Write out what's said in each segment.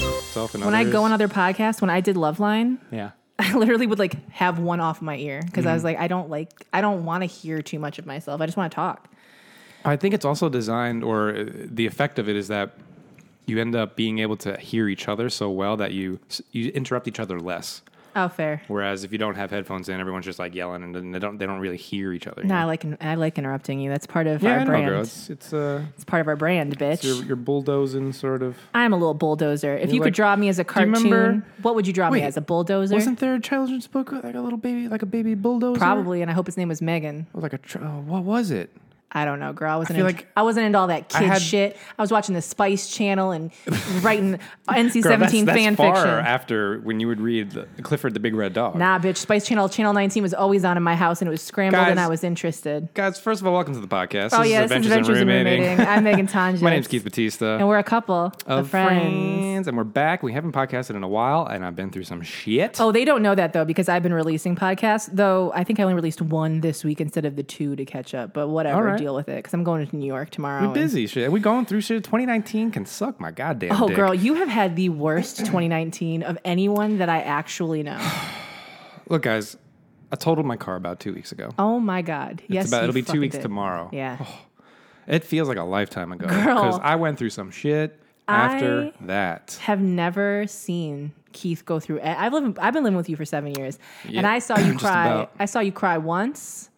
yourself and When others. I go on other podcasts, when I did Loveline, yeah, I literally would like have one off my ear because Mm. I was like, I don't like, I don't want to hear too much of myself. I just want to talk. I think it's also designed, or uh, the effect of it is that you end up being able to hear each other so well that you you interrupt each other less. Oh, fair. Whereas if you don't have headphones in, everyone's just like yelling and then they don't they don't really hear each other. you No, I know? like I like interrupting you. That's part of yeah, our I know, brand. girl. It's It's it's uh, part of our brand, bitch. you're, you're bulldozing sort of. I'm a little bulldozer. If you could like- draw me as a Do you cartoon, remember- what would you draw Wait, me as a bulldozer? Wasn't there a children's book uh, like a little baby, like a baby bulldozer? Probably, and I hope his name was Megan. Or like a tr- oh, what was it? I don't know, girl. I wasn't. feel into, like I wasn't into all that I kid had- shit. I was watching the Spice Channel and writing NC Girl, seventeen that's, fan that's far fiction. after when you would read the, Clifford the Big Red Dog. Nah, bitch. Spice Channel Channel 19 was always on in my house and it was scrambled and Guys. I was interested. Guys, first of all, welcome to the podcast. oh, yeah, this is Adventures in Roommating. I'm Megan Tanji. My name's Keith Batista. And we're a couple of, friends. and we're back. We haven't podcasted in a while, and I've been through some shit. Oh, they don't know that though because I've been releasing podcasts. Though I think I only released one this week instead of the two to catch up. But All whatever, right. deal with it because I'm going to New York tomorrow. we're and- busy shit. We're going through shit. 2019 can suck my goddamn. Oh, dick. girl, you have had the worst 2019 of anyone that I actually know. Look, guys, I totaled my car about two weeks ago. Oh my god! yes, about- you it'll be two fucking weeks did. tomorrow. Oh, Yeah, It feels like a lifetime ago because I went through some shit after that. have never seen Keith go through. I've lived. I've been living with you for seven years, and I saw you just cry. about. I saw you cry once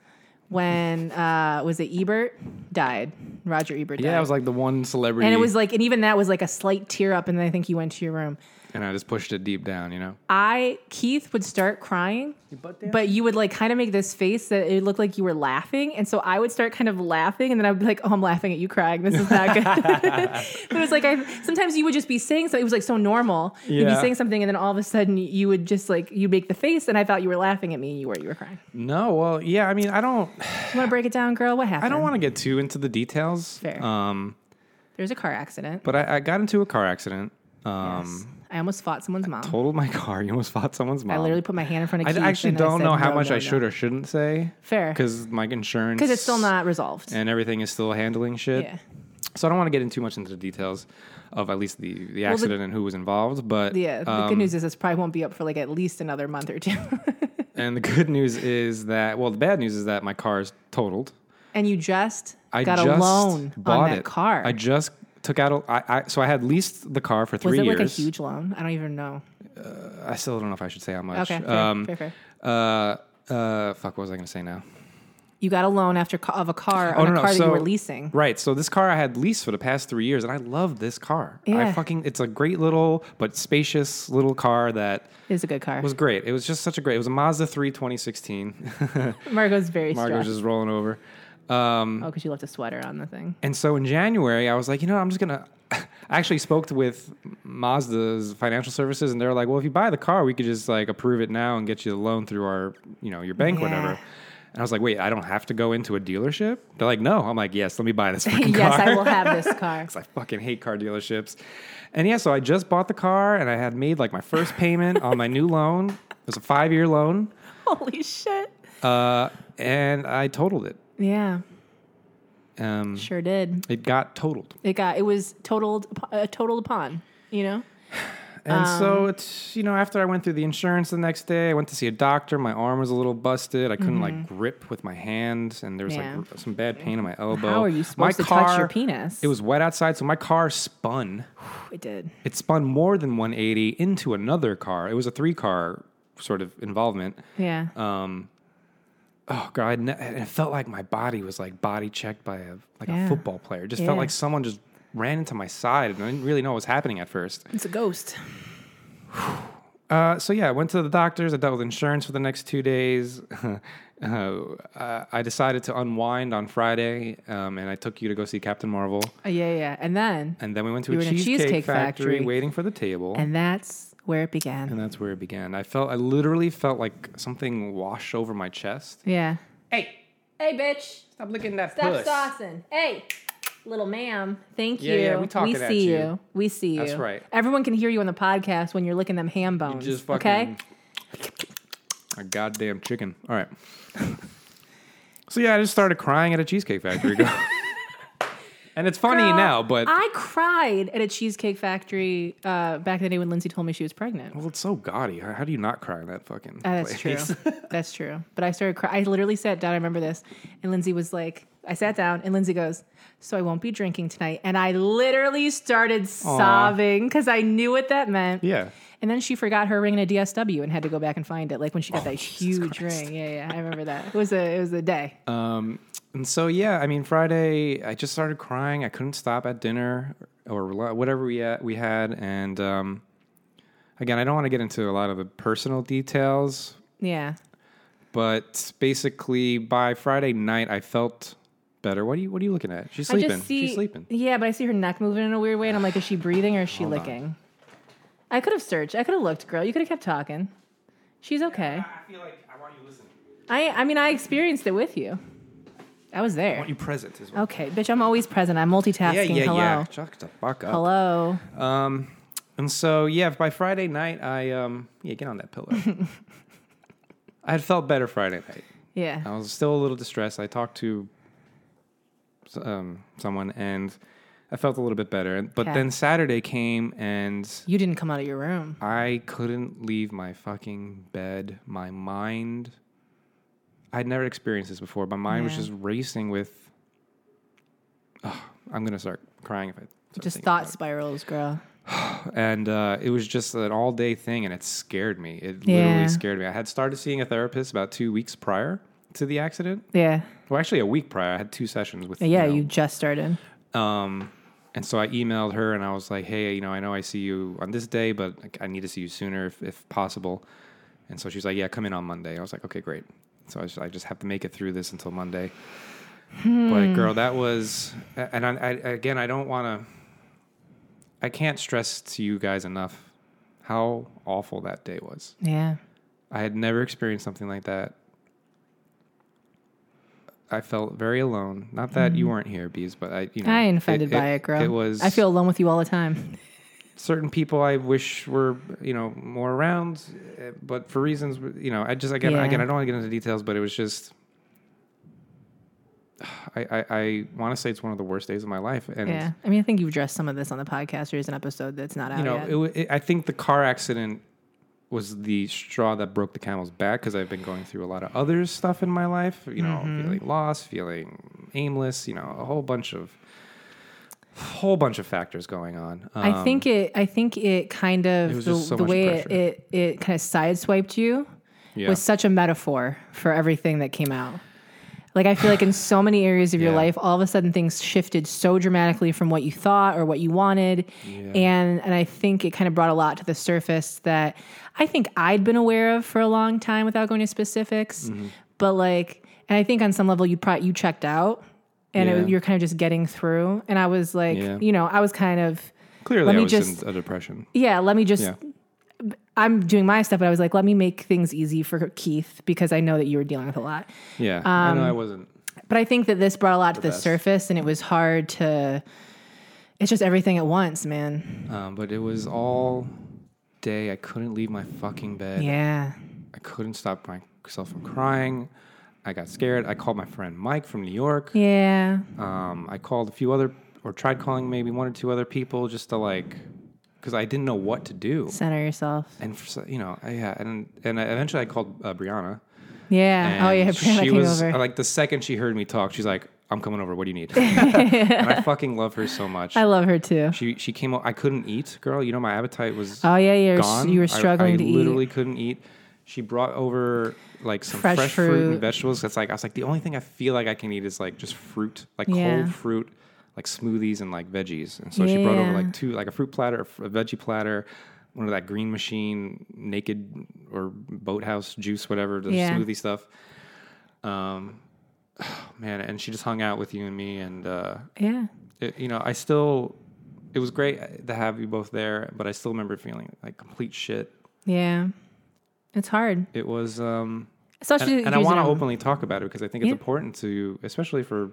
when uh, was it Ebert died? Roger Ebert died. Yeah, I was like the one celebrity, and it was like, and even that was like a slight tear up, and then I think you went to your room. and I just pushed it deep down. You know, I Keith would start crying, but you would like kind of make this face that it looked like you were laughing, and so I would start kind of laughing, and then I'd be like, "Oh, I'm laughing at you crying. This is not good." but it was like I sometimes you would just be saying something. It was like so normal. You'd be Yeah. saying something, and then all of a sudden you would just like you make the face, and I thought you were laughing at me, and you were you were crying. no, well, yeah. I mean, I don't, You want to break it down, girl? What happened? I don't want to get too into the details. Fair. Um, There's a car accident. but I, I got into a car accident. Um, Yes. I almost fought someone's mom. totaled my car. You almost fought someone's mom. I literally put my hand in front of I Keith. actually and I don't said, know how "No, much no, I no." should or shouldn't say. Fair. Because my insurance. because it's still not resolved. And everything is still handling shit. yeah. So I don't want to get in too much into the details of at least the, the accident and who was involved. But Yeah, the um, good news is this probably won't be up for like at least another month or two. And the good news is that, well, the bad news is that my car is totaled. and you just I got just a loan bought on that it. car. I just took out a, I, I, so I had leased the car for was three it years. like a huge loan? I don't even know. I still don't know if I should say how much. Okay, fair, Um, fair, fair. Uh, uh, fuck, what was I going to say now? You got a loan after ca- of a Oh, car on a car that you were leasing. Right. So this car I had leased for the past three years, and I love this car. Yeah. I fucking it's a great little but spacious little car that It was a good car. was great. It was just such a great. It was a Mazda 3 2016. Margot's very Margo's stressed. just rolling over. Um, oh, because you left a sweater on the thing. and so in January, I was like, you know, I'm just gonna. I actually spoke to- with Mazda's financial services, and they were like, well, if you buy the car, we could just like approve it now and get you the loan through our, you know, your bank, Yeah. whatever. And I was like, wait, I don't have to go into a dealership. They're like, no. I'm like, yes, let me buy this fucking yes, car. I will have this car. 'Cause I fucking hate car dealerships. And yeah, so I just bought the car and I had made like my first payment on my new loan. It was a five year loan. Holy shit! Uh, and I totaled it. Yeah, Um, sure did. it got totaled. It got it was totaled up- uh, totaled upon. You know, And Um. so it's, you know, after I went through the insurance the next day, I went to see a doctor. My arm was a little busted. I couldn't like grip with my hand. And there was Mm-hmm. Yeah. like r- some bad pain in my elbow. how are you supposed my to touch your penis? It was wet outside. So my car spun. it did. it spun more than 180 into another car. It was a three car sort of involvement. Yeah. Um, Oh god, I'd ne- and it felt like my body was like body checked by a like Yeah. a football player. It just felt Yeah. like someone just ran into my side, and I didn't really know what was happening at first. it's a ghost. Uh, so yeah, I went to the doctors. I dealt with insurance for the next two days. uh, I- I decided to unwind on Friday, um, and I took you to go see Captain Marvel. Uh, yeah, yeah. And then And then we went to We a were in a cheesecake, Cheesecake factory, Factory. waiting for the table. and that's where it began. and that's where it began. I felt I literally felt like something washed over my chest. Yeah. Hey, Hey, bitch. stop looking at that Stop saucing. Hey, little ma'am. Thank Yeah, you. yeah, we talking at see you. We see you. That's right. Everyone can hear you on the podcast when you're licking them ham bones. Just fucking okay. a goddamn chicken. All right. so yeah, I just started crying at a cheesecake factory. And it's funny Girl, now, but I cried at a Cheesecake Factory uh, back in the day when Lindsay told me she was pregnant. well, it's so gaudy. How, how do you not cry in that fucking? Uh, that's true. place? that's true. But I started crying. I literally sat down. I remember this. And Lindsay was like, I sat down and Lindsay goes, So I won't be drinking tonight. And I literally started sobbing because I knew what that meant. Yeah. And then she forgot her ring in a DSW and had to go back and find it, like when she got Oh, that huge ring. Yeah, yeah, I remember that. It was a it was a day. Um, and so yeah, I mean, Friday, I just started crying. I couldn't stop at dinner or lo- whatever we had, we had, and um, again, I don't want to get into a lot of the personal details, yeah, but basically by Friday night, I felt better. What are you What are you looking at? She's sleeping. I just see. She's sleeping. Yeah, but I see her neck moving in a weird way, and I'm like, is she breathing or is she Hold on. licking? I could have searched. I could have looked, girl. You could have kept talking. She's okay. feel like I want you listening. I I mean, I experienced it with you. I was I there. want you present as well. Okay, bitch. I'm always present. I'm multitasking. Yeah, yeah, Hello. yeah. Chuck the fuck up. Hello. Um, and so yeah, by Friday night, I um, yeah, get on that pillow. I had felt better Friday night. Yeah. I was still a little distressed. I talked to s- um, someone and I felt a little bit better. And- But Okay. then Saturday came and You didn't come out of your room. I couldn't leave my fucking bed. My mind, I'd never experienced this before. My mind was Yeah. just racing with. Ugh, I'm gonna start crying if I start Just thinking about thought spirals, girl. and uh, it was just an all day thing, and it scared me. It Yeah. literally scared me. I had started seeing a therapist about two weeks prior to the accident. Yeah. Well, actually, a week prior. I had two sessions with. Yeah. know, You just started. um, and so I emailed her and I was like, hey, you know, I know I see you on this day, but like, I need to see you sooner if, if possible. And so she's like, yeah, come in on Monday. I was like, okay, great. So I just, I just have to make it through this until Monday. But girl, that was, and I, I again, I don't want to, I can't stress to you guys enough how awful that day was. Yeah. I had never experienced something like that. I felt very alone. Not that you weren't here, bees, but I, you know, Mm-hmm. I ain't offended by it, girl. It was. I feel alone with you all the time. certain people I wish were, you know, more around, eh, but for reasons, you know, I just again, Yeah. again, I don't want to get into details, but it was just. I I, I want to say it's one of the worst days of my life, and Yeah. I mean, I think you've addressed some of this on the podcast. There's an episode that's not out you know, yet. it, wa- it, I think the car accident was the straw that broke the camel's back because I've been going through a lot of other stuff in my life. You know, Mm-hmm. feeling lost, feeling aimless. You know, a whole bunch of whole bunch of factors going on. Um, I think it. I think it kind of was the, just so the much way it, pressure. it it kind of sideswiped you yeah. was such a metaphor for everything that came out. Like I feel like in so many areas of your Yeah. life, all of a sudden things shifted so dramatically from what you thought or what you wanted, and and I think it kind of brought a lot to the surface that I think I'd been aware of for a long time without going to specifics, Mm-hmm. but like, and I think on some level you probably you checked out, and Yeah. it, you're kind of just getting through. And I was like, Yeah. you know, I was kind of clearly let I me was just- in a depression. yeah, let me just. Yeah. I'm doing my stuff, but I was like, let me make things easy for Keith because I know that you were dealing with a lot. Yeah, I know I Um, wasn't. But I think that this brought a lot to the best. surface, and it was hard to. It's just everything at once, man. Um, but it was all day. I couldn't leave my fucking bed. Yeah, I couldn't stop myself from crying. I got scared. I called my friend Mike from New York. yeah, Um, I called a few other, or tried calling maybe one or two other people just to like, because I didn't know what to do. center yourself. And for, so- you know, I, yeah, and and I, eventually I called uh, Brianna. Yeah. Oh yeah, and Brianna she came was uh, over. like the second she heard me talk, she's like, "I'm coming over. What do you need?" and I fucking love her so much. I love her too. She she came. o- I couldn't eat, girl. You know my appetite was. Oh, yeah, you were- gone. you were I- struggling I, to eat. literally couldn't eat. She brought over like some Fresh fresh, fruit. fruit. and vegetables. That's like I was like the only thing I feel like I can eat is like just fruit, like Yeah. cold fruit, like smoothies and like veggies. And so she brought over Yeah. like two, like a fruit platter, a f- a veggie platter, one of that green machine naked or boathouse juice, whatever the Yeah. smoothie stuff. Um, man, and she just hung out with you and me and. uh Yeah. it, you know, I still, it was great to have you both there, but I still remember feeling like complete shit. Yeah. It's hard, It was, um, and, especially. and if I you're want to Zen. openly talk about it because I think it's Yeah. important to, especially for,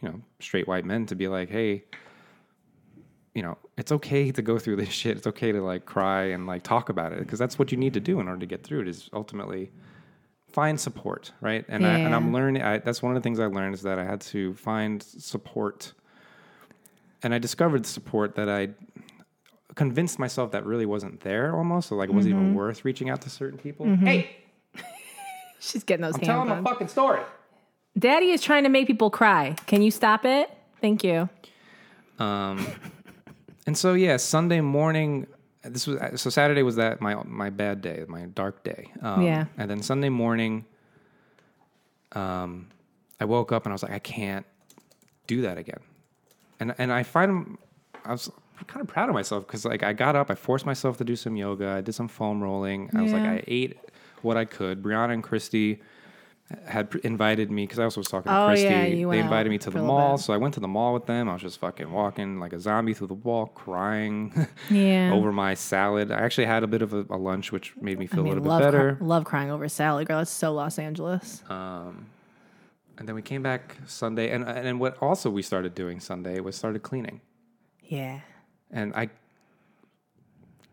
you know, straight white men to be like, hey, you know, it's okay to go through this shit. It's okay to like cry and like talk about it because that's what you need to do in order to get through it is ultimately find support, right? And I, and Yeah. I'm learning. I, that's one of the things I learned is that I had to find support and I discovered support that I convinced myself that really wasn't there almost. So like it wasn't Mm-hmm. even worth reaching out to certain people. Hey, She's getting those tell them hands a on. fucking story. Daddy is trying to make people cry. Can you stop it? Thank you. And so yeah, Sunday morning. This was uh, so Saturday was that my my bad day, my dark day. Um, Yeah. And then Sunday morning, um, I woke up and I was like, I can't do that again. And and I find I was kind of proud of myself because like I got up, I forced myself to do some yoga, I did some foam rolling. I was like, Yeah. I ate what I could. Brianna and Christy uh, had pr- invited me because I also was talking to Oh, Christy. yeah, you they went invited out me to for the a little mall, bit. so I went to the mall with them. I was just fucking walking like a zombie through the wall, crying Yeah. over my salad. I actually had a bit of a, a lunch, which made me feel I a mean, little love, bit cry- better. love crying over salad, girl. That's so Los Angeles. and then we came back Sunday, and and and what also we started doing Sunday was started cleaning, yeah. and I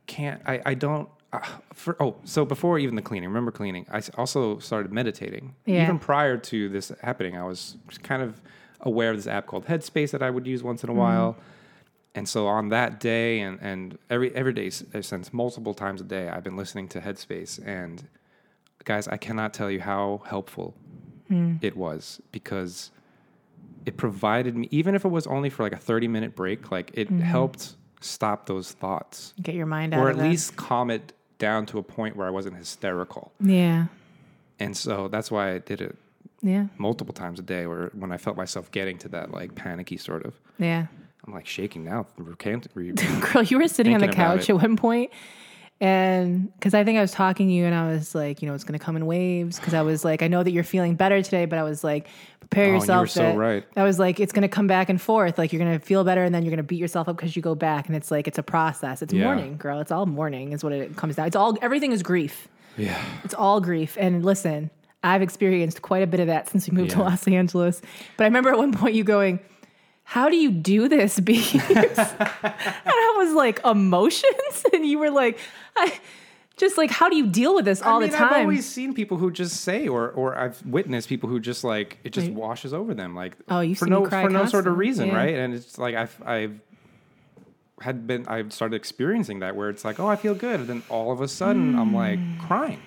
can't, I I don't. Uh, for, oh, so before even the cleaning, remember cleaning? I s- also started meditating. Yeah. Even prior to this happening, I was kind of aware of this app called Headspace that I would use once in a while. And so on that day, and, and every every day s- uh, since multiple times a day, I've been listening to Headspace, and guys, I cannot tell you how helpful it was because it provided me, even if it was only for like a thirty minute break, like it helped stop those thoughts, Mm-hmm. Get your mind out or of at it. least calm it down to a point where I wasn't hysterical. Yeah. And so that's why I did it Yeah. multiple times a day, where when I felt myself getting to that like panicky sort of. Yeah. I'm like shaking now, recant, re- girl, you were sitting on the Thinking about couch it. at one point, and because I think I was talking to you, and I was like, you know, it's going to come in waves. Because I was like, I know that you're feeling better today, but I was like, prepare Oh, and you yourself. were so that- right. I was like, it's going to come back and forth. Like you're going to feel better, and then you're going to beat yourself up because you go back, and it's like it's a process. It's Yeah. mourning, girl. It's all mourning is what it comes down. It's all everything is grief. yeah. It's all grief. And listen, I've experienced quite a bit of that since we moved to Yeah. Los Angeles. But I remember at one point you going, How do you do this, Bees? and I was like, Emotions? And you were like, I just like, How do you deal with this all I mean, the time? I've always seen people who just say, or or I've witnessed people who just like it just washes over them, like Oh, you've for seen me no cry for no sort of constantly. reason, Yeah. right? And it's like I've I've had been I've started experiencing that where it's like, oh, I feel good, and then all of a sudden I'm like Mm. crying,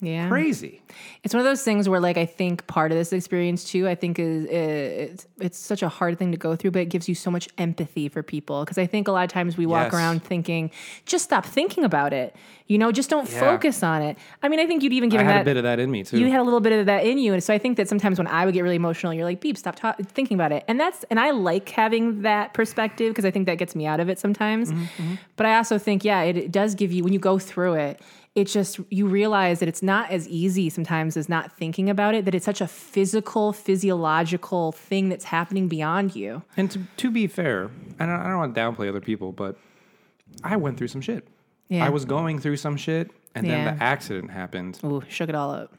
yeah. crazy. It's one of those things where, like, I think part of this experience too. I think is it's it's such a hard thing to go through, but it gives you so much empathy for people because I think a lot of times we walk Yes. around thinking, just stop thinking about it, you know, just don't Yeah. focus on it. I mean, I think you'd even I given had that a bit of that in me too. you had a little bit of that in you, and so I think that sometimes when I would get really emotional, you're like, "Beep, stop ta- thinking about it," and that's and I like having that perspective because I think that gets me out of it sometimes. But I also think, yeah, it, it does give you when you go through it, it just you realize that it's not as easy sometimes as not thinking about it. That it's such a physical, physiological thing that's happening beyond you. and to, to be fair, and I I don't want to downplay other people, but I went through some shit. Yeah. I was going through some shit, and Yeah. then the accident happened, Ooh, shook it all up.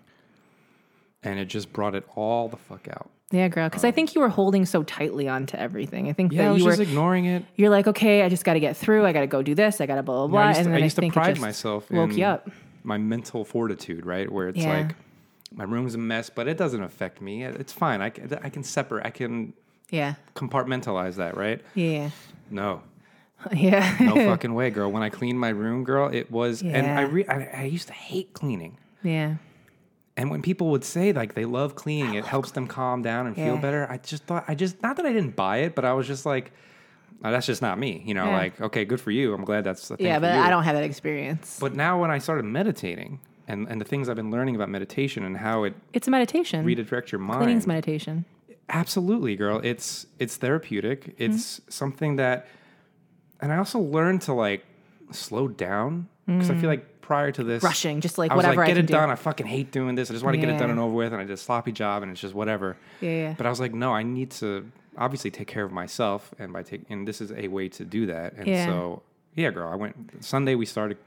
and it just brought it all the fuck out. Yeah, girl. Because I think you were holding so tightly onto everything. I think Yeah, I that was Um, you were. just ignoring it. you're like, okay, I just got to get through. I got to go do this. I got to blah blah blah. I used, and to, then I used to think it pride just myself woke in you up. my mental fortitude, right? Where it's Yeah. like my room's a mess, but it doesn't affect me. It- It's fine. I can, I can separate. I can Yeah. compartmentalize that, right? Yeah. No, Yeah. no fucking way, girl. When I cleaned my room, girl, it was. And I, Yeah. re- I I used to hate cleaning. yeah. And when people would say like they love cleaning, it helps them calm down and feel Yeah. better. I just thought I just not that I didn't buy it, but I was just like, "Oh, that's just not me. You know, Yeah. like okay, good for you. I'm glad that's the thing. Yeah, for but you. I don't have that experience. But now when I started meditating and, and the things I've been learning about meditation and how it It's a meditation. redirects your mind. Cleaning's meditation. absolutely, girl. It's it's therapeutic. Mm-hmm. It's something that and I also learned to like slow down because I feel like prior to this Rushing, just Mm. like I was whatever like, I get can it do. done. I fucking hate doing this. I just want to get it done Yeah. and over with and I did a sloppy job and it's just whatever. Yeah, yeah. But I was like, no, I need to obviously take care of myself and by take and this is a way to do that. And Yeah. so yeah, girl, I went Sunday we started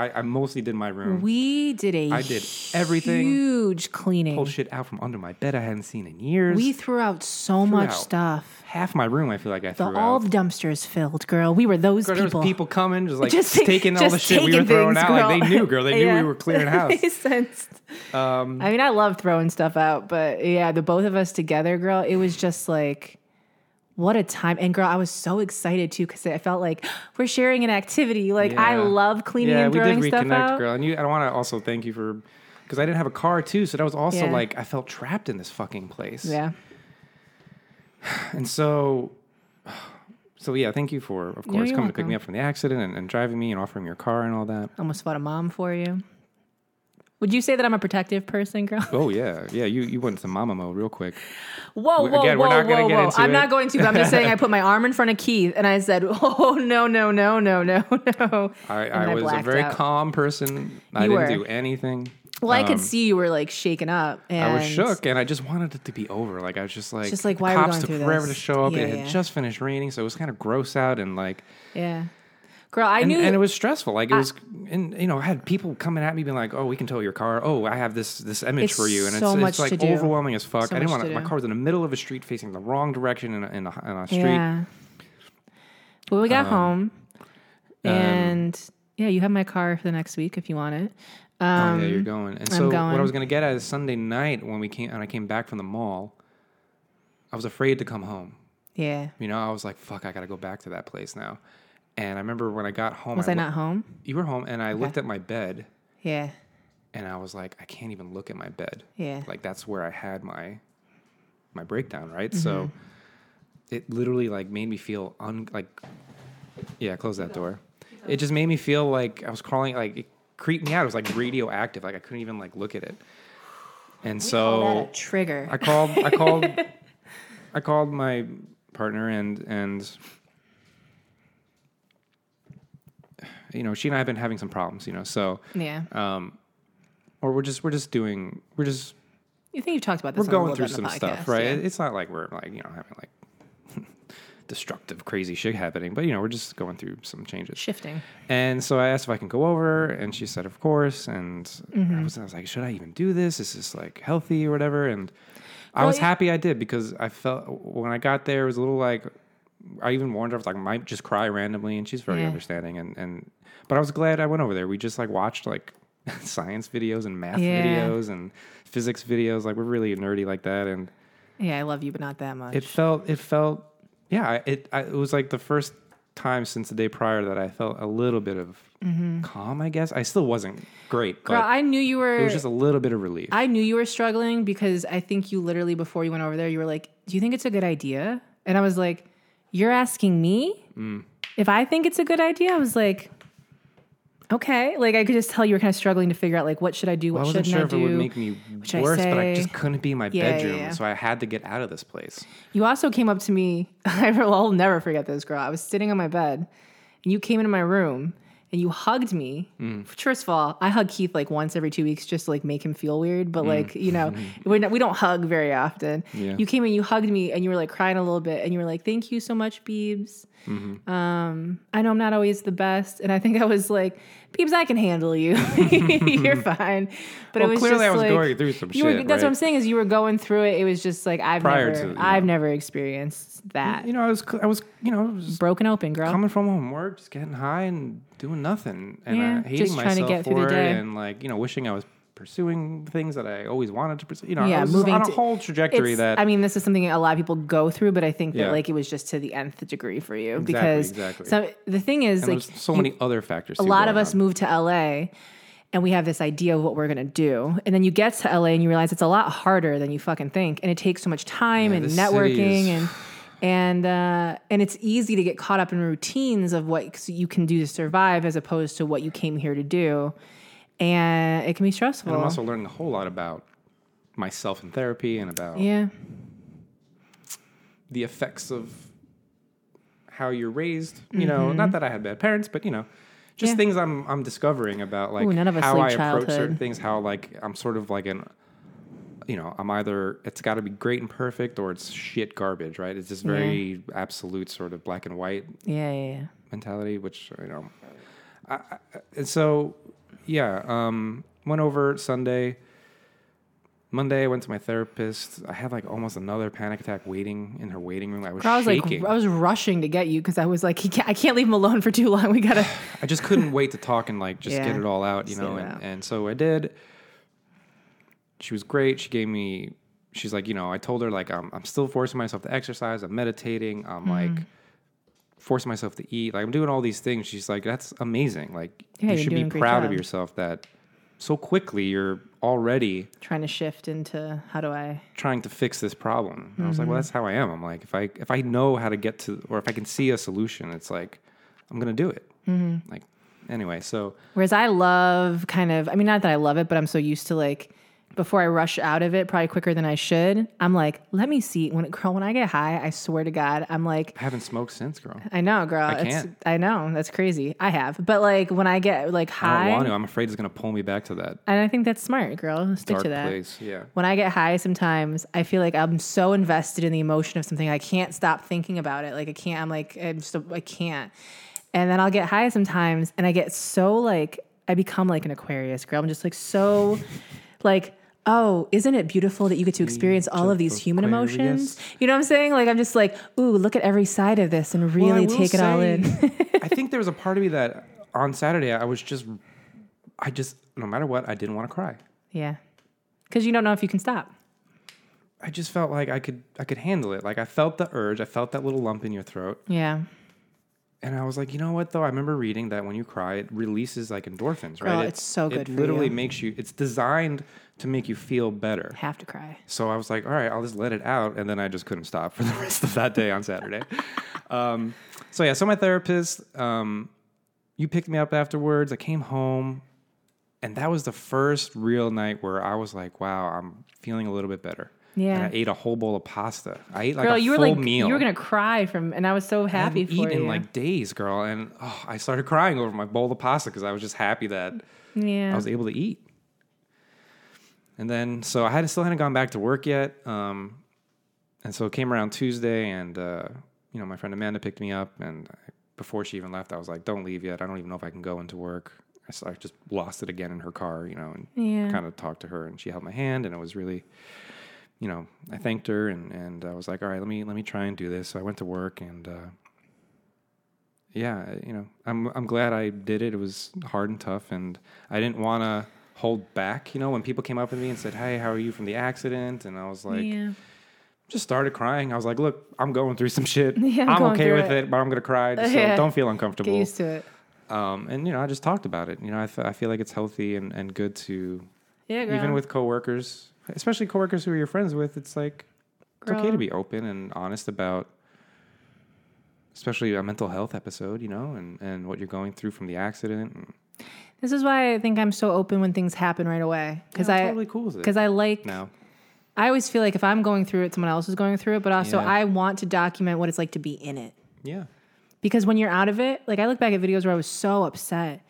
I, I mostly did my room. We did a I did everything. huge cleaning. pulled shit out from under my bed I hadn't seen in years. we threw out so out. much stuff. Half my room, I feel like I The, threw all out. the dumpsters filled, girl. We were those Girl, there was people. people coming, just like Just- taking all the just shit we were taking throwing things, out. Like they girl. knew, girl. They knew Yeah. we were clearing house. Um, they sensed. I mean, I love throwing stuff out, but yeah, the both of us together, girl, it was just like what a time. And girl, I was so excited too because I felt like we're sharing an activity. Like I Yeah. love cleaning yeah, and throwing we did stuff reconnect, out. girl. And you, I want to also thank you for because I didn't have a car too, so that was also Yeah. like I felt trapped in this fucking place. Yeah. And so, so yeah, thank you for of course you're coming to pick welcome. me up from the accident and, and driving me and offering your car and all that. Almost fought a mom for you. Would you say that I'm a protective person, girl? Oh yeah, yeah. You you went to mama mode real quick. Whoa, We- whoa, again, whoa, we're not gonna whoa, get whoa. into I'm it. not going to, but I'm just saying I put my arm in front of Keith and I said, Oh no, no, no, no, no, no. I, And I was a blacked very out. calm person. I You didn't were. do anything. Well, I Um, could see you were like shaken up and I was shook, and I just wanted it to be over. Like I was just like, Just like, the why are we cops going took through forever this? to show up. Yeah, it had yeah. just finished raining, so it was kind of gross out, and like, Yeah. Girl, I and, knew and it was stressful. Like it was, and you know, I had people coming at me being like, "Oh, we can tow your car. Oh, I have this this image It's for you," and so it's, much it's to like do. overwhelming as fuck. So I didn't much want to my do. car was in the middle of a street facing the wrong direction in a, in a, in a street. Um, Yeah. Well, we got home, and yeah, you have my car for the next week if you want it. Um, Oh, yeah, you're going. And so what going. I was going to get at is Sunday night when we came and I came back from the mall, I was afraid to come home. Yeah. You know, I was like, "Fuck, I got to go back to that place now." And I remember when I got home, Was I loo- not home? You were home, and I looked at my bed, Yeah. and I was like, "I can't even look at my bed." Yeah. like that's where I had my my breakdown, right? So it literally like made me feel un like yeah, close that door. It just made me feel like I was crawling like it creeped me out. It was like radioactive, like I couldn't even like look at it. And so trigger. Oh. I called I called I called my partner and and you know, she and I have been having some problems, you know. So yeah. Uh, or we're just we're just doing we're just you think you've talked about this? we're on a going little through bit on some the stuff, podcast, right? yeah. It- It's not like we're like you know having like destructive, crazy shit happening, but you know we're just going through some changes. Shifting. And so I asked if I can go over, and she said, "Of course." And Mm-hmm. I, was, I was like, "Should I even do this? Is this like healthy or whatever?" And I Well, was it- happy I did because I felt when I got there it was a little like I even warned her I was like I might just cry randomly, and she's very Yeah. understanding. And and but I was glad I went over there. We just like watched like science videos and math Yeah. videos and physics videos. Like we're really nerdy like that, and Yeah, I love you, but not that much. it felt it felt yeah I- it I, it was like the first time since the day prior that I felt a little bit of calm. I guess I still wasn't great, Mm-hmm. Girl, but I knew you were. it was just a little bit of relief. I knew you were struggling because I think you literally before you went over there, you were like, "Do you think it's a good idea?" And I was like, "You're asking me Mm. if I think it's a good idea." I was like, "Okay." Like I could just tell you were kind of struggling to figure out like what should I do, what I wasn't shouldn't sure I if do. it would make me I worse, but I say? just couldn't be in my Yeah, yeah, bedroom, yeah. so I had to get out of this place. You also came up to me. I will I'll never forget this girl. I was sitting on my bed, and you came into my room and you hugged me. Mm. First of all, I hug Keith like once every two weeks just to like make him feel weird. But like you know, we're not, we don't hug very often. Mm. Yeah. You came and you hugged me, and you were like crying a little bit, and you were like, "Thank you so much, Beebs. Mm-hmm. Um, I know I'm not always the best, and I think I was like, Beebs, I can handle you. You're fine." But it Well, was clearly just, I was like- going through some you were, shit, That's what right? I'm saying is you were going through it. It was just like I've Prior never, to, you I've never experienced that. You know, I was cl- I was you know I was Mm. Broken open, girl. coming from homework, just getting high and doing nothing, and Yeah, uh, hating just trying myself to get for through the it, day. and like you know, wishing I was pursuing things that I always wanted to pursue. You know, Yeah, I was just moving on to- a whole trajectory It's- that I mean, this is something a lot of people go through, but I think that Yeah. like it was just to the nth degree for you because exactly. so the thing is and like there's so many other factors. a lot of us moved to LA and we have this idea of what we're going to do. And then you get to LA and you realize it's a lot harder than you fucking think. And it takes so much time and this city networking is- and, and, uh, and it's easy to get caught up in routines of what you can do to survive as opposed to what you came here to do. And it can be stressful. I'm also learning a whole lot about myself in therapy and about yeah. the effects of how you're raised. You know, not that I had bad parents, but you know, just Mm-hmm. Yeah. things I'm I'm discovering about like Ooh, none of us how like I approach certain childhood. things. How like I'm sort of like an you know, I'm either it's got to be great and perfect or it's shit garbage, right? It's this very absolute sort of black and white Yeah. Yeah. yeah. mentality, which you know. I, I, and so, yeah, um, went over Sunday. Monday, I went to my therapist. I had like almost another panic attack waiting in her waiting room. I was, I was shaking. like, I was rushing to get you because I was like, he can't, I can't leave him alone for too long. We gotta. I just couldn't wait to talk and like just Yeah. get it all out, you Just know. get it And, out. and so I did. She was great. She gave me she's like, you know, I told her like I'm I'm still forcing myself to exercise. I'm meditating. I'm Mm-hmm. like forcing myself to eat. Like I'm doing all these things. She's like, that's amazing. Like Yeah, you you're should be doing a great proud of job. yourself that so quickly you're already Trying to shift into how do I? trying to fix this problem. And I was Mm-hmm. like, well, that's how I am. I'm like, if I if I know how to get to, or if I can see a solution, it's like I'm gonna do it. Mm-hmm. Like anyway, so Whereas I love kind of, I mean, not that I love it, but I'm so used to like, before I rush out of it, probably quicker than I should, I'm like, let me see. When girl, when I get high, I swear to God, I'm like, I haven't smoked since, girl. I know, girl. I It's, can't. I know that's crazy. I have, but like when I get like I high, don't want to. I'm afraid it's gonna pull me back to that and I think that's smart, girl. Stick dark to that. place. Yeah. When I get high, sometimes I feel like I'm so invested in the emotion of something, I can't stop thinking about it. Like I can't. I'm like I'm just I can't. And then I'll get high sometimes, and I get so like I become like an Aquarius girl. I'm just like so, like. Oh, isn't it beautiful that you get to experience all of these human Aquarius. emotions? You know what I'm saying? Like I'm just like, ooh, look at every side of this and really take it all in. I think there was a part of me that on Saturday I was just, I just no matter what I didn't want to cry. Yeah. Because you don't know if you can stop. I just felt like I could I could handle it. Like I felt the urge. I felt that little lump in your throat, Yeah. and I was like, you know what though? I remember reading that when you cry, it releases like endorphins, Girl, right? Oh, it's so good It for literally you. makes you. It's designed to make you feel better. Have to cry. So I was like, all right, I'll just let it out. And then I just couldn't stop for the rest of that day on Saturday. um, so, yeah, so my therapist, um, you picked me up afterwards. I came home. And that was the first real night where I was like, wow, I'm feeling a little bit better. And Yeah. I ate a whole bowl of pasta. I ate like Girl, a you were full like meal. you were gonna cry from, and I was so I happy hadn't for eaten you. like days, girl. And oh, I started crying over my bowl of pasta because I was just happy that yeah. I was able to eat. And then, so I had still hadn't gone back to work yet. Um, and so it came around Tuesday, and uh, you know, my friend Amanda picked me up, and I, before she even left, I was like, "Don't leave yet. I don't even know if I can go into work." I, s- I just lost it again in her car, you know, and Yeah. kind of talked to her, and she held my hand, and it was really, you know, I thanked her, and and I was like, "All right, let me let me try and do this." So I went to work, and uh, yeah, you know, I'm I'm glad I did it. It was hard and tough, and I didn't want to hold back. You know, when people came up to me and said, "Hey, how are you from the accident?" and I was like, yeah. just started crying. I was like, "Look, I'm going through some shit. Yeah, I'm I'm, going okay through with it. it. but I'm gonna cry. Just Yeah. So don't feel Get uncomfortable." used to it. Um, and you know, I just talked about it. You know, I, fe- I feel like it's healthy and, and good to Yeah, girl. even with coworkers, especially coworkers who are your friends with. It's like it's okay Girl. to be open and honest about, especially a mental health episode. You know, and and what you're going through from the accident. And this is why I think I'm so open when things happen right away because Yeah, I'm I totally cool with it. because I like now, I always feel like if I'm going through it, someone else is going through it, but also Yeah. I want to document what it's like to be in it. yeah, because when you're out of it, like I look back at videos where I was so upset.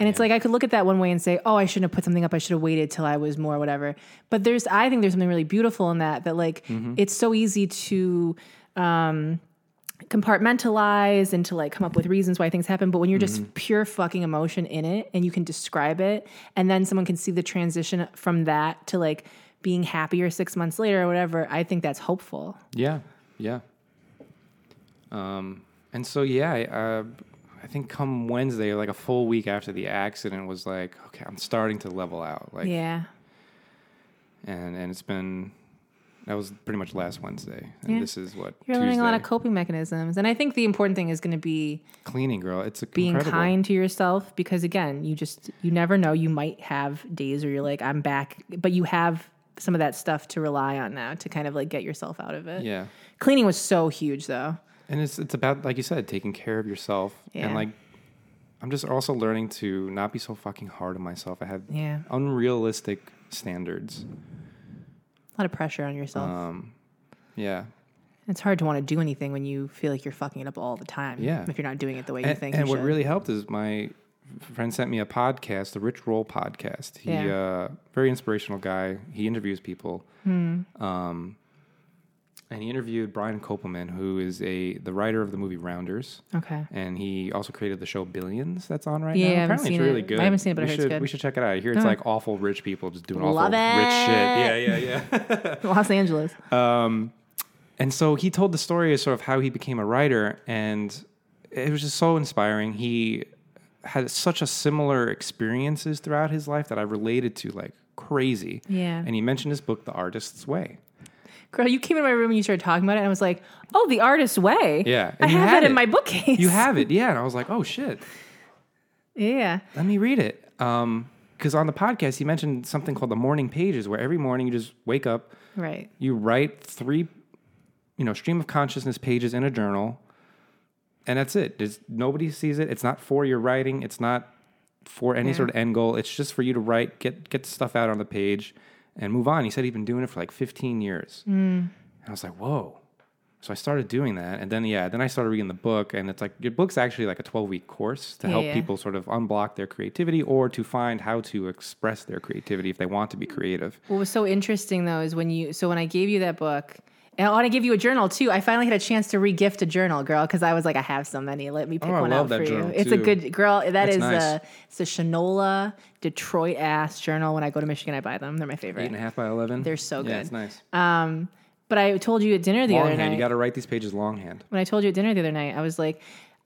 And it's like I could look at that one way and say, "Oh, I shouldn't have put something up. I should have waited till I was more whatever." But there's I think there's something really beautiful in that that like it's so easy to um compartmentalize and to like come up with reasons why things happen, but when you're just pure fucking emotion in it and you can describe it and then someone can see the transition from that to like being happier 6 months later or whatever, I think that's hopeful. yeah, yeah. Um, and so yeah, I, uh, I think come Wednesday, like a full week after the accident, was like, okay, I'm starting to level out. Like, yeah. and and it's been that was pretty much last Wednesday, and Yeah. this is what You're Tuesday. learning a lot of coping mechanisms. And I think the important thing is going to be cleaning, girl. It's a being incredible. kind to yourself because, again, you just, you never know. You might have days where you're like, I'm back, but you have some of that stuff to rely on now to kind of like get yourself out of it. Yeah, Cleaning was so huge though. and it's it's about like you said, taking care of yourself, Yeah. and like I'm just also learning to not be so fucking hard on myself. I have Yeah. unrealistic standards. A lot of pressure on yourself. Um, yeah, it's hard to want to do anything when you feel like you're fucking it up all the time. Yeah. If you're not doing it the way you and, think and you what should. really helped is my friend sent me a podcast the rich roll podcast he Yeah. uh very inspirational guy he interviews people um Hmm. and he interviewed brian Kopelman, who is a the writer of the movie rounders okay. and he also created the show billions that's on right Yeah, now I haven't apparently seen it's really it. I good haven't seen it, but we I heard should, it's good. we should check it out I hear it's like awful rich people just doing Love awful rich it. shit yeah yeah yeah Los Angeles. And so he told the story of sort of how he became a writer, and it was just so inspiring. He had such a similar experiences throughout his life that I related to like crazy. Yeah. And he mentioned his book, The Artist's Way. girl, you came in my room and you started talking about it, and I was like, oh, the artist's way. Yeah, I and you have had that in it. my bookcase. You have it, yeah. And I was like, oh shit, yeah. let me read it. Um, because on the podcast, you mentioned something called the morning pages, where every morning you just wake up, Right. you write three, you know, stream of consciousness pages in a journal, and that's it. There's, nobody sees it. It's not for your writing. It's not for any Yeah. sort of end goal. It's just for you to write, get get stuff out on the page, and move on. He said he'd been doing it for like 15 years, and Hmm. I was like, whoa. So I started doing that, and then yeah, then I started reading the book, and it's like your book's actually like a 12 week course to help Yeah. people sort of unblock their creativity or to find how to express their creativity if they want to be creative. What was so interesting though is when you so when I gave you that book and I want to give you a journal too. I finally had a chance to regift a journal, girl, because I was like, I have so many. Let me pick Oh, I one love out that for you. journal, It's a too. good girl. That It's is nice. a it's a Shinola Detroit ass journal. When I go to Michigan, I buy them. They're my Eight favorite. and a half by 11. They're so Yeah, good. it's nice. But I told you at dinner the other longhand. night. You got to write these pages longhand. when I told you at dinner the other night, I was like,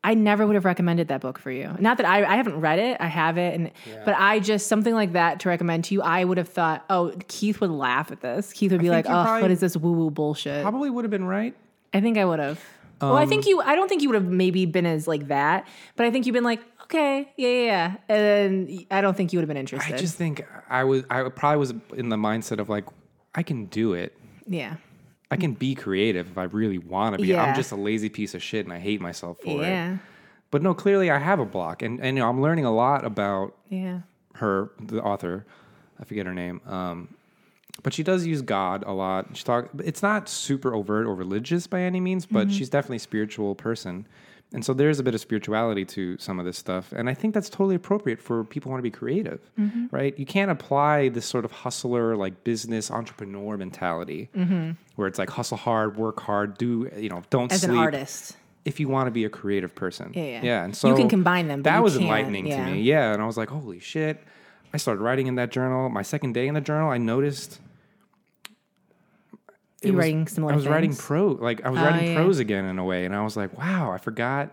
I never would have recommended that book for you. Not that I, I haven't read it, I have it, and but I just something like that to recommend to you. I would have thought, oh, Keith would laugh at this. Keith would be like, think oh, you probably- what is this woo woo bullshit? Probably would have been right. I think I would have. well, I Um, think you. I don't think you would have maybe been as like that, but I think you've been like, okay, yeah, yeah, yeah. and then I don't think you would have been interested. I just think I was. I probably was in the mindset of like, I can do it. yeah, I can be creative if I really want to be. Yeah. I'm just a lazy piece of shit, and I hate myself for it. yeah, But no, clearly I have a block, and and you know, I'm learning a lot about yeah, her, the author. I forget her name. Um, but she does use God a lot. She talk. It's not super overt or religious by any means, but Mm-hmm. she's definitely a spiritual person, and so there's a bit of spirituality to some of this stuff. And I think that's totally appropriate for people who want to be creative, Mm-hmm. right? You can't apply this sort of hustler, like business entrepreneur mentality, where it's like hustle hard, work hard, do you know, don't Mm-hmm. as sleep an artist. if you want to be a creative person. Yeah, yeah. And so You can combine them, but that you was can't, enlightening yeah. to me. Yeah. And I was like, holy shit. I started writing in that journal. My second day in the journal, I noticed it You was- writing similar I was writing things? Oh, prose, like I was writing yeah. prose again in a way, and I was like, wow, I forgot.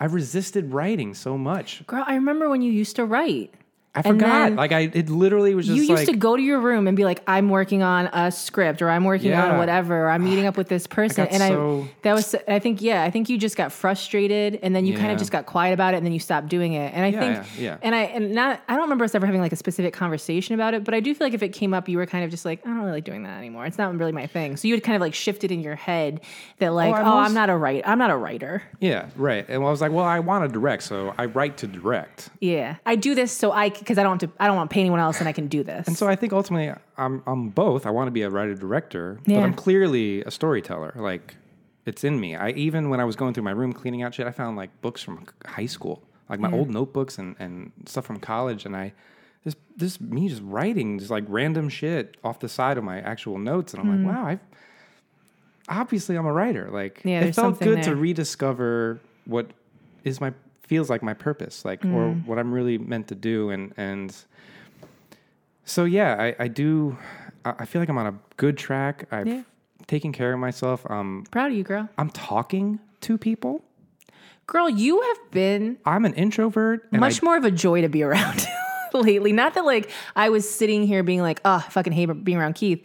I resisted writing so much. Girl, I remember when you used to write. I And forgot. then Like I, it literally was just you used like to go to your room and be like, "I'm working on a script, or I'm working on Yeah. whatever, or I'm meeting up with this person." got and so- I that was I think yeah, I think you just got frustrated, and then you kind Yeah. of just got quiet about it, and then you stopped doing it. And I Yeah, think yeah, yeah. and I and not I don't remember us ever having like a specific conversation about it, but I do feel like if it came up, you were kind of just like, "I don't really like doing that anymore. It's not really my thing." So you had kind of like shifted in your head that like, "Oh, I most- I'm not a write, I'm not a writer." yeah, right. And I was like, well, I want to direct, so I write to direct. Yeah, I do this so I because I don't have to I don't want to pay anyone else, and I can do this. And so I think ultimately I'm I'm both. I want to be a writer director, Yeah. but I'm clearly a storyteller. Like it's in me. I even when I was going through my room cleaning out shit, I found like books from high school, like my old notebooks and and stuff from college and I this this me just writing just like random shit off the side of my actual notes and I'm like, wow, I've obviously I'm a writer. Like Yeah, it there's felt something good to there. rediscover what is my feels like my purpose, like or Mm. what I'm really meant to do and and so yeah, I, I do. I I feel like I'm on a good track. I've Yeah. taken care of myself. Um, Proud of you, girl. I'm talking to people. Girl, you have been I'm an introvert. And much I, more of a joy to be around lately. Not that like I was sitting here being like, oh, I fucking hate being around Keith.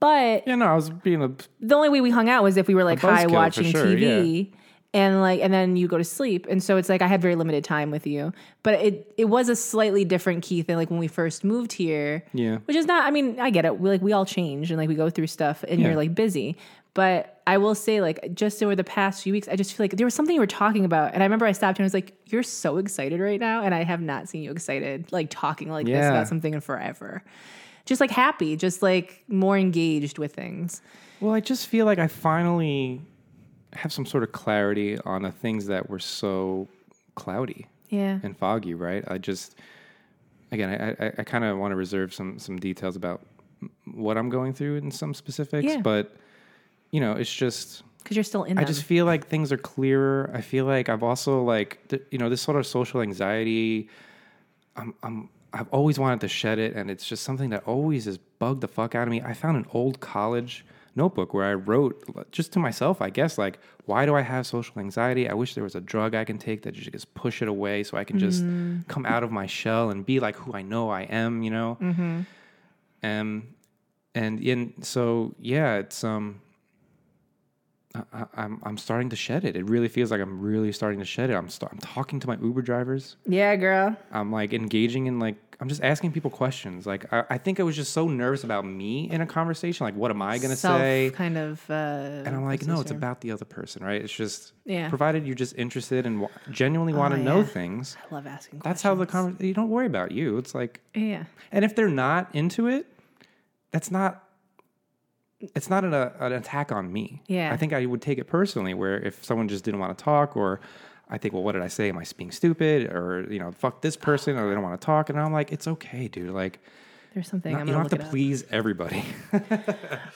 But yeah, no, I was being a the only way we hung out was if we were like buzzkill high for watching sure, TV. And like, and then you go to sleep, and so it's like I had very limited time with you. But it it was a slightly different Keith than like when we first moved here. Yeah. which is not. I mean, I get it. We like we all change, and like we go through stuff, and Yeah. you're like busy. But I will say, like, just over the past few weeks, I just feel like there was something you were talking about, and I remember I stopped you and I was like, "You're so excited right now," and I have not seen you excited like talking like this Yeah. about something in forever. Just like happy, just like more engaged with things. well. I just feel like I finally have some sort of clarity on the things that were so cloudy. Yeah. and foggy, right? I just again, I I, I kind of want to reserve some some details about m- what I'm going through in some specifics, Yeah. but you know, it's just because you're still in I them. just feel like things are clearer. I feel like I've also like th- you know this sort of social anxiety. I'm I'm I've always wanted to shed it, and it's just something that always has bugged the fuck out of me. I found an old college notebook where I wrote just to myself, I guess, like why do I have social anxiety? I wish there was a drug I can take that just just push it away, so I can just Mm-hmm. come out of my shell and be like who I know I am. Mm-hmm. You know. Um, and and so yeah, it's um I, I, I'm I'm starting to shed it. It really feels like I'm really starting to shed it. I'm sta- I'm talking to my Uber drivers. Yeah, girl. I'm like engaging in like I'm just asking people questions. Like I, I think I was just so nervous about me in a conversation. Like what am I gonna Self say? kind of. Uh, And I'm like, no, it's about the other person, right? It's just Yeah. Oh, provided you're just interested and wa- genuinely want to yeah. know things. I love asking. That's how the conversation. You don't worry about you. It's like, Yeah. and if they're not into it, that's not. It's not an, uh, an attack on me. Yeah. I think I would take it personally. Where if someone just didn't want to talk, or I think, well, what did I say? Am I being stupid? Or you know, fuck this person, or they don't want to talk. And I'm like, it's okay, dude. Like, There's something not- I'm you gonna don't have look it to up. please everybody.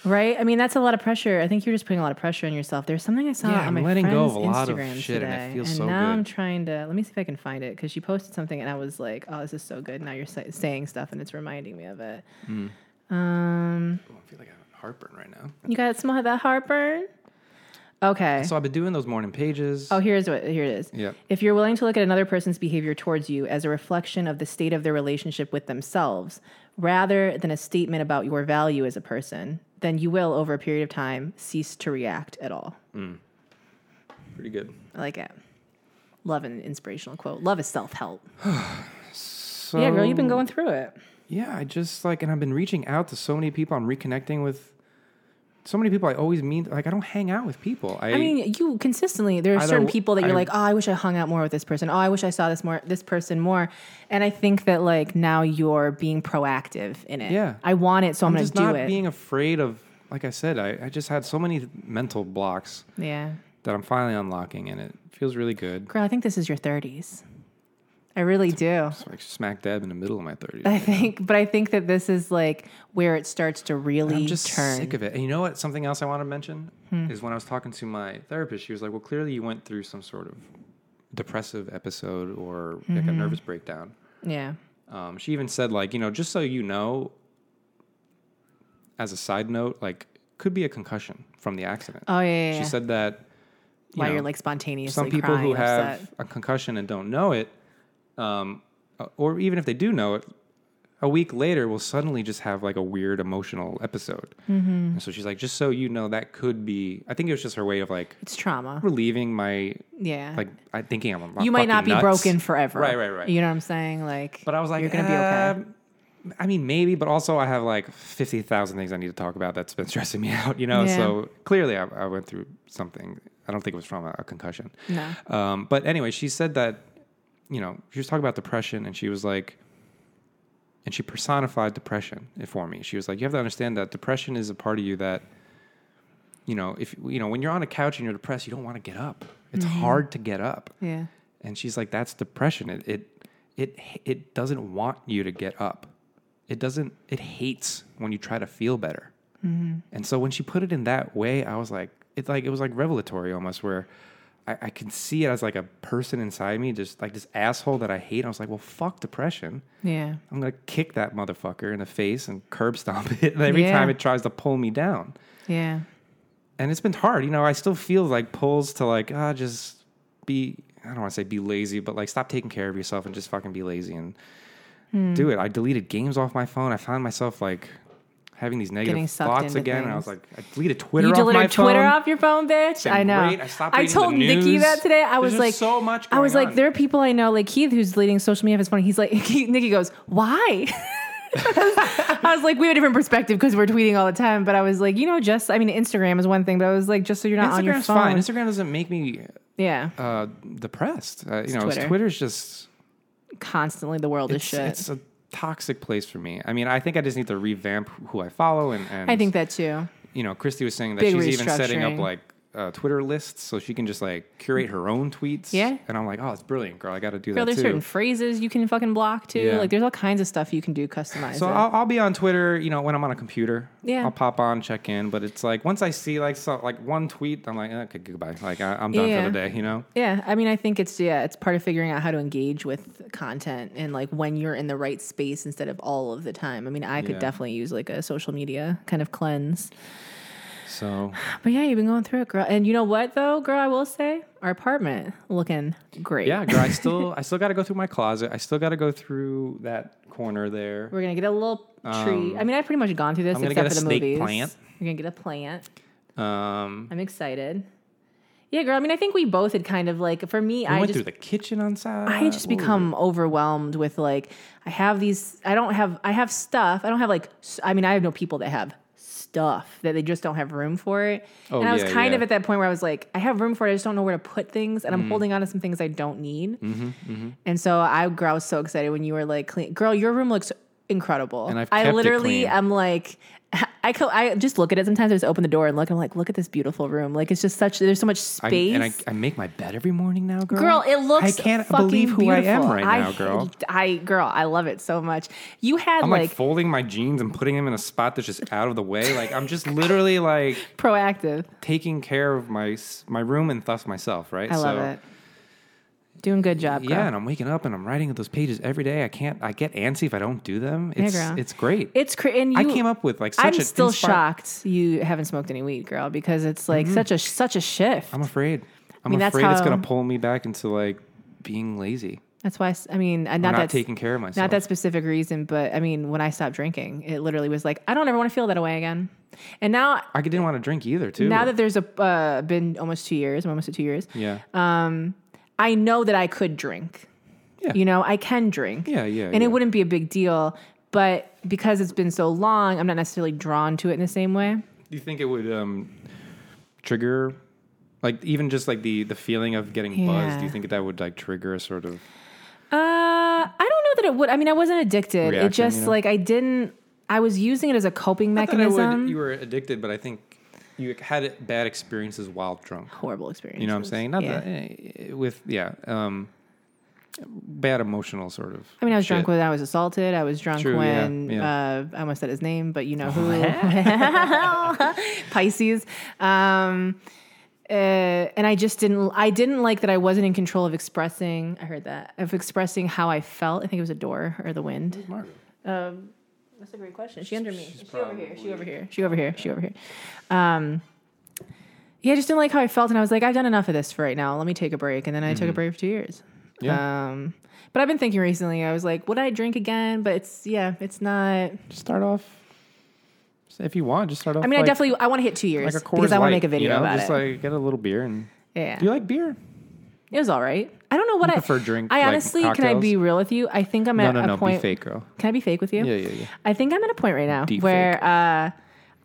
Right? I mean, that's a lot of pressure. I think you're just putting a lot of pressure on yourself. There's something I saw Yeah, on I'm my letting friend's go of a lot of Instagram shit, and today, it feels so now I'm good. trying to let me see if I can find it because she posted something, and I was like, "Oh, this is so good." Now you're sa- saying stuff, and it's reminding me of it. Mm. Um, Oh, I feel like I have heartburn right now. you got some of that heartburn? Okay. So I've been doing those morning pages. oh, here's what. Here it is. Yep. If you're willing to look at another person's behavior towards you as a reflection of the state of their relationship with themselves, rather than a statement about your value as a person, then you will, over a period of time, cease to react at all. pretty good. I like it. Love an inspirational quote. Love is self help. So yeah, girl, you've been going through it. Yeah, I just like, and I've been reaching out to so many people. I'm reconnecting with so many people. I always mean like I don't hang out with people. I, I mean, you consistently there are Either certain w- people that you're I- like, oh, I wish I hung out more with this person. Oh, I wish I saw this more this person more. And I think that like now you're being proactive in it. Yeah. I want it, so I'm, I'm gonna just do not it. being afraid of. Like I said, I, I just had so many mental blocks yeah, that I'm finally unlocking, and it feels really good. girl, I think this is your 30s. I really do. It's like smack dab in the middle of my 30s. I think, but I think that this is like where it starts to really I'm just turn. Hmm. sick of it. And you know what? Something else I want to mention is when I was talking to my therapist, she was like, "Well, clearly you went through some sort of depressive episode or like Mm-hmm. a nervous breakdown." yeah, Um, she even said, like, you know, just so you know, as a side note, like, could be a concussion from the accident. Oh, yeah, yeah, She yeah. said that. you while know, you're like spontaneously some people crying, who have upset. a concussion and don't know it, um, uh, or even if they do know it, a week later will suddenly just have like a weird emotional episode. Mm-hmm. And so she's like, just so you know, that could be. I think it was just her way of like it's trauma. relieving my Yeah, like I thinking I'm. you might fucking not be nuts. broken forever. Right, right, right. You know what I'm saying? Like, But I was like, you're gonna be okay. be okay. I mean, maybe, but also I have like fifty thousand things I need to talk about that's been stressing me out. You know, Yeah. so clearly I, I went through something. I don't think it was from a, a concussion. No. Um, but anyway, she said that you know she was talking about depression, and she was like, and she personified depression for me. She was like, you have to understand that depression is a part of you that you know if you know when you're on a couch and you're depressed, you don't want to get up. It's hard to get up. Yeah. And she's like, "That's depression. It it it it doesn't want you to get up. It doesn't. It hates when you try to feel better." And so when she put it in that way, I was like, "It's like it was like revelatory almost, where I, I could see it as like a person inside me, just like this asshole that I hate." I was like, "Well, fuck depression. Yeah. I'm gonna kick that motherfucker in the face and curb stomp it every Yeah. time it tries to pull me down." Yeah. and it's been hard. You know, I still feel like pulls to like ah, just be. I don't want to say be lazy, but like stop taking care of yourself and just fucking be lazy and Hmm. do it. I deleted games off my phone. I found myself like having these Getting negative sucked thoughts into again. And I was things. like, I deleted Twitter. you off my deleted Twitter phone. off your phone, bitch. Been I know. great. I stopped reading told the Nikki news. that today. I was There's like, just so much I was going like, on. there are people I know, like Keith, who's leading social media of his phone. He's like, Nikki goes, why? I was like, we have a different perspective because we're tweeting all the time. But I was like, you know, just I mean, Instagram is one thing, but I was like, just so you're not on your Instagram's phone. fine. Instagram doesn't make me yeah, uh, depressed. Uh, you know, Twitter. Twitter's just constantly the world is it's, shit. it's a toxic place for me. I mean, I think I just need to revamp who I follow and, and I think that too. you know, Christy was saying that Big she's even setting restructuring. up like uh, Twitter lists so she can just like curate her own tweets. Yeah. And I'm like, oh, it's brilliant, girl. I got to do that Girl, there's too. certain phrases you can fucking block too. Yeah. Like there's all kinds of stuff you can do customized. so I'll, I'll be on Twitter, you know, when I'm on a computer. Yeah. I'll pop on, check in. But it's like once I see like so, like one tweet, I'm like, eh, okay, goodbye. Like I, I'm done Yeah. for the day, you know. yeah, I mean, I think it's yeah, it's part of figuring out how to engage with content and like when you're in the right space instead of all of the time. I mean, I could Yeah. definitely use like a social media kind of cleanse. So But yeah, you've been going through it, girl. And you know what though, girl? I will say our apartment looking great. yeah, girl, I still I still got to go through my closet. I still got to go through that corner there. we're gonna get a little tree. I mean, I've pretty much gone through this Um, I'm gonna get a except for the snake movies. plant. You're gonna get a plant. Um, I'm excited. Yeah, girl. I mean, I think we both had kind of like for me, I I went just through the kitchen on side. I just become overwhelmed with like I have these I don't have I have stuff. I don't have like s- I mean I have no people that have stuff that they just don't have room for it. Oh, and I was yeah, kind yeah. Mm-hmm. of at that point where I was like I have room for it. I just don't know where to put things and I'm holding on to some things I don't need. And so I, girl, I was so excited when you were like clean girl, your room looks incredible. And I've I kept it literally clean. am like I, co- I just look at it sometimes. I just open the door and look. I'm like, look at this beautiful room. Like it's just such. There's so much I- space. and I, I make my bed every morning now, girl. Girl, it looks. Mm-hmm. I can't fucking believe who I am beautiful. right I- now, girl. I girl, I love it so much. You had I'm like, like, folding my jeans and putting them in a spot that's just out of the way. Like I'm just literally like proactive. taking care of my s- my room and thus myself, right? I love it. Doing good job, girl. Yeah, and I'm waking up and I'm writing those pages every day. I can't. I get antsy if I don't do them. It's girl. it's great. It's cra- and you. I came up with like such I'm a still inspir- shocked you haven't smoked any weed, girl, because it's like such a such a shift. Mm-hmm. I'm afraid. I'm mean, that's afraid it's how- going to pull me back into like being lazy, That's why. I s- I mean, uh, or not not that s- taking care of myself. not that specific reason, but I mean, when I stopped drinking, it literally was like I don't ever want to feel that way again. And now, I didn't want to drink either, too. now that there's a uh, been almost two years, I'm almost at two years. yeah, um, I know that I could drink. Yeah. You know, I can drink. Yeah, yeah, And yeah. it wouldn't be a big deal, but because it's been so long, I'm not necessarily drawn to it in the same way. Uh, do you think it would um, trigger, like even just like the the feeling of getting buzzed? Do Yeah. you think that would like trigger a sort of? Uh, I don't know that it would. I mean, I wasn't addicted. Reaction, it just you know? like I didn't. I was using it as a coping Not that I would- mechanism. You were addicted, but I think you had bad experiences while drunk. Horrible experience. You know what I'm saying? Not that eh, with yeah, um, bad emotional sort of. I mean, I was drunk shit. when I was assaulted. I was drunk True, yeah, when yeah. Oh, Uh, I almost said his name, but you know who? Pisces. Um, uh, and I just didn't. I didn't like that I wasn't in control of expressing. I heard that of expressing how I felt. I think it was a door or the wind. Margaret. That's a great question. Is she under me? Is she over here? She over here? She over here? She over here? Um, yeah, I just didn't like how I felt, and I was like, I've done enough of this for right now. Let me take a break, and then I took a break for two years. Mm-hmm. Yeah. Um, but I've been thinking recently. I was like, would I drink again? But it's yeah, it's not. Just start off. so If you want, just start off. I mean, I like- definitely I want to hit two like years a Coors because I Light, want to make a video you know? about just it. like get a little beer and. yeah, Do you like beer? it was all right. I don't know what I prefer drink, I like, honestly, can I cocktails? be real with you? I think I'm No, at no, a no. point. Be fake, girl. Can I be fake with you? Yeah, yeah, yeah. I think I'm at a point right now Deep where uh,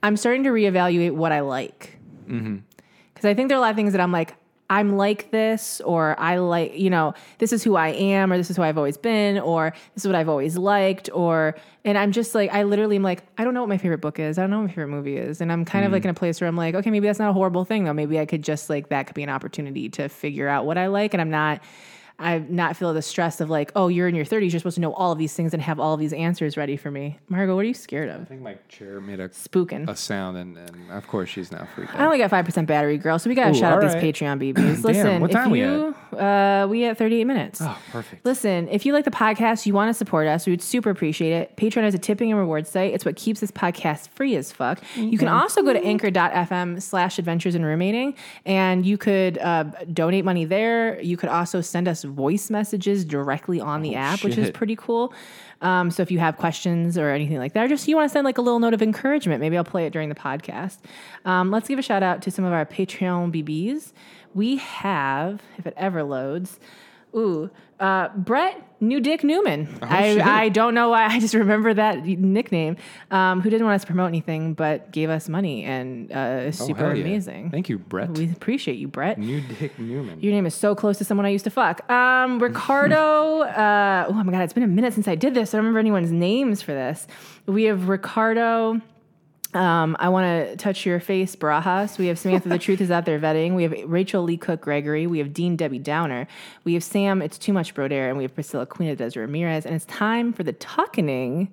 I'm starting to reevaluate what I like. Because I think there are a lot of things that I'm like, I'm like this, or I like, you know, this is who I am, or this is who I've always been, or this is what I've always liked, or, and I'm just like, I literally am like, I don't know what my favorite book is. I don't know what my favorite movie is. And I'm kind of like in a place where I'm like, okay, maybe that's not a horrible thing, though. Maybe I could just like, that could be an opportunity to figure out what I like. And I'm not, I not feel the stress of like, oh, you're in your 30s, you're supposed to know all of these things and have all of these answers ready for me. Margot, what are you scared of? I think my chair made a, Spooking. a sound, and, and of course she's now freaking. I out. only got five percent battery, girl. So we gotta Ooh, shout out all these right. Patreon BBs. Listen, what time if we you uh, we at thirty eight minutes. Oh, perfect. Listen, if you like the podcast, you want to support us, we would super appreciate it. Patreon is a tipping and reward site. It's what keeps this podcast free as fuck. You can also go to anchor.fm slash adventures in roommating and you could uh, donate money there. You could also send us voice messages directly on the app, which is Oh, shit. pretty cool. Um, so if you have questions or anything like that, or just you want to send like a little note of encouragement, maybe I'll play it during the podcast. Um, let's give a shout out to some of our Patreon BBs. We have, if it ever loads, ooh, uh, Brett New Dick Newman. Oh, shit. I, I don't know why I just remember that nickname. Um, who didn't want us to promote anything, but gave us money and uh, is Oh, super hell yeah. amazing. Thank you, Brett. We appreciate you, Brett. New Dick Newman. Your name is so close to someone I used to fuck. Um, Ricardo. uh, oh my god, it's been a minute since I did this. I don't remember anyone's names for this. We have Ricardo. Um, I want to touch your face, Barajas. We have Samantha. the truth is out there vetting. We have Rachel Lee Cook Gregory. We have Dean Debbie Downer. We have Sam. It's too much Brodere, and we have Priscilla Queen of Desert Ramirez. And it's time for the talking.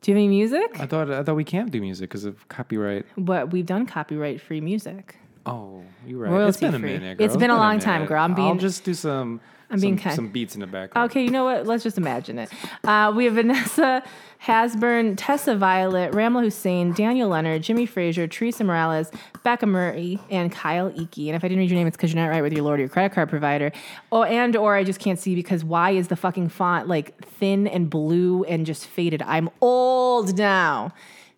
Do you have any music? I thought I thought we can't do music because of copyright. But we've done copyright-free music. Oh, you're right. it's Royalty been a free. minute. Girl. It's been a long time, minute. girl. I'm I'll being- just do some. I'm being some- kind. Some beats in the background. Okay, you know what? Let's just imagine it. Uh, we have Vanessa Hasburn, Tessa Violet, Ramla Hussein, Daniel Leonard, Jimmy Frazier, Teresa Morales, Becca Murray, and Kyle Eakey. And if I didn't read your name, it's because you're not right with your Lord or your credit card provider. Oh, and or I just can't see because why is the fucking font like thin and blue and just faded? I'm old now.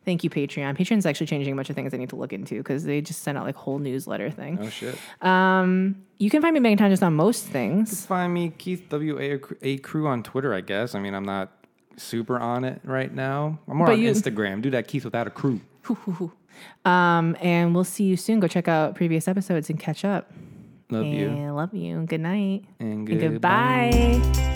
Thank you, Patreon. Patreon's actually changing a bunch of things I need to look into because they just sent out like whole newsletter thing. Oh shit. Um, you can find me Megan Town just on most things. Find me Keith W A A Crew on Twitter. I guess. I mean, I'm not super on it right now. I'm more But on you- Instagram. Do that Keith without a crew. Um, and we'll see you soon. Go check out previous episodes and catch up. Love you And love you. Good night. and And goodbye. goodbye.